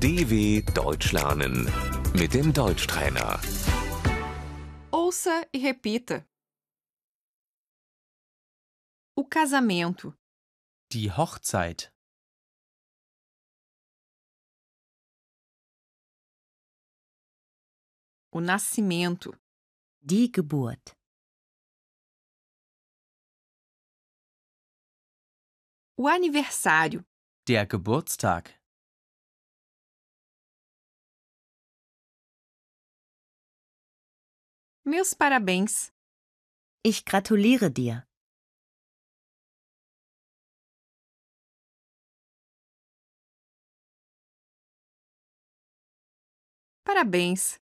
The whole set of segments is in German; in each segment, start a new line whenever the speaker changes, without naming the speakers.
DW Deutsch lernen mit dem Deutschtrainer.
Ouça e repita. O casamento,
Die Hochzeit.
o nascimento,
Die Geburt.
o aniversário,
Der Geburtstag.
meus parabéns,
Ich gratuliere dir.
parabéns,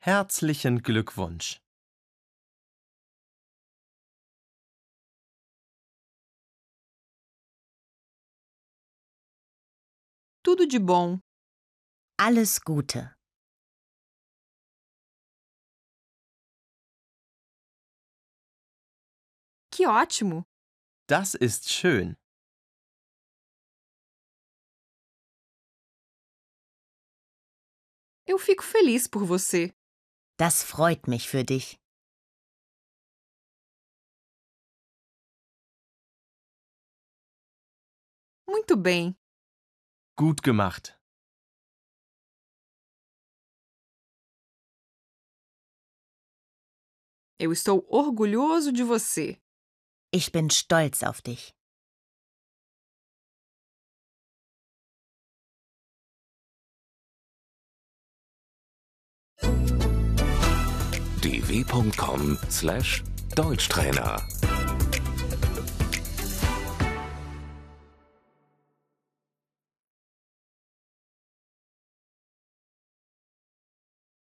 Herzlichen Glückwunsch.
tudo de bom,
Alles Gute.
que ótimo!
Das ist schön.
Eu fico feliz por você.
Das freut mich für dich.
Muito bem,
Gut gemacht.
eu estou orgulhoso de você.
Ich bin stolz auf dich.
dw.com/deutschtrainer